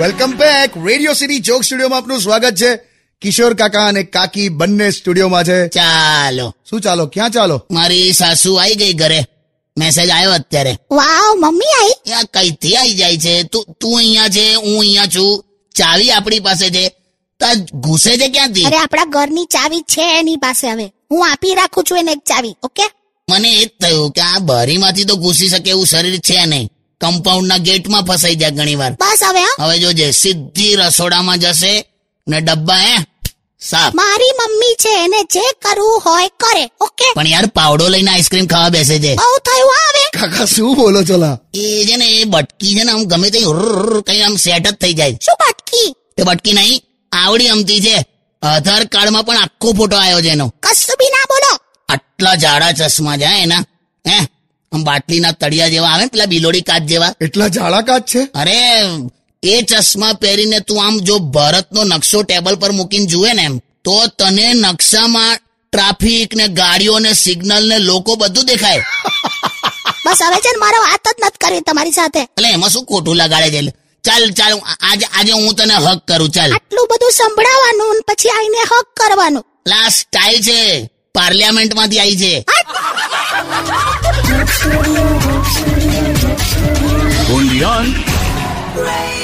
Welcome back radio city joke સ્ટુડિયોમાં આપનું સ્વાગત છે કિશોર કાકા અને કાકી બંને સ્ટુડિયોમાં છે ચાલો શું ચાલો ક્યાં ચાલો મારી સાસુ આવી ગઈ ઘરે મેસેજ આવ્યો અત્યારે વાવ મમ્મી આઈ એ આ કઈથી આવી જાય છે તું તું અહીંયા છે હું અહીંયા છું ચાવી આપણી પાસે છે તો આ ઘૂસે છે અરે ક્યાંથી આપણા ઘરની ચાવી છે એની પાસે હવે હું આપી રાખું છું એને એક ચાવી ઓકે મને એ જ થયું કે આ બારીમાંથી તો ઘૂસી શકે એવું શરીર છે નહીં કમ્પાઉન્ડના ગેટમાં ફસાઈ જાય ઘણીવાર બસ હવે હા હવે જોજે સીધી રસોડામાં જશે ને ડબ્બા હે સાફ મારી મમ્મી છે એને જે કરવું હોય કરે ઓકે પણ યાર પાવડો લઈને આઈસ્ક્રીમ ખાવા બેસે છે બહુ થયું હા હવે કાકા શું બોલો છો લા એ છે ને એ બટકી છે ને આમ ગમે તે કઈ આમ સેટ જ થઈ જાય શું ભટકી તે બટકી નહીં આવડી અમતી છે આધાર કાર્ડમાં પણ આખો ફોટો આવ્યો છે એનો કશું બી ના બોલો આટલા જાડા ચશ્મા છે હે એના હે આમ બાટલીના તળિયા જેવા આવે ને પેલા બિલોડી કાચ જેવા એટલા જાળા કાચ છે અરે એ ચશ્મા પહેરીને તું આમ જો ભારતનો નકશો ટેબલ પર મૂકીને જુએ ને એમ તો તને નકશામાં ટ્રાફિક ને ગાડીઓ ને સિગ્નલ ને લોકો બધું દેખાય બસ હવે છે ને મારે વાત જ નથી કરવી તમારી સાથે એટલે એમાં શું ખોટું લગાડે છે ચાલ ચાલ હું આ- આજે આજે હું તને હક કરું ચાલ આટલું બધું સંભળાવાનું ને પછી આઈને હક કરવાનું લા સ્ટાઇલ છે પાર્લિયામેન્ટમાંથી આવી છે Undian. Radio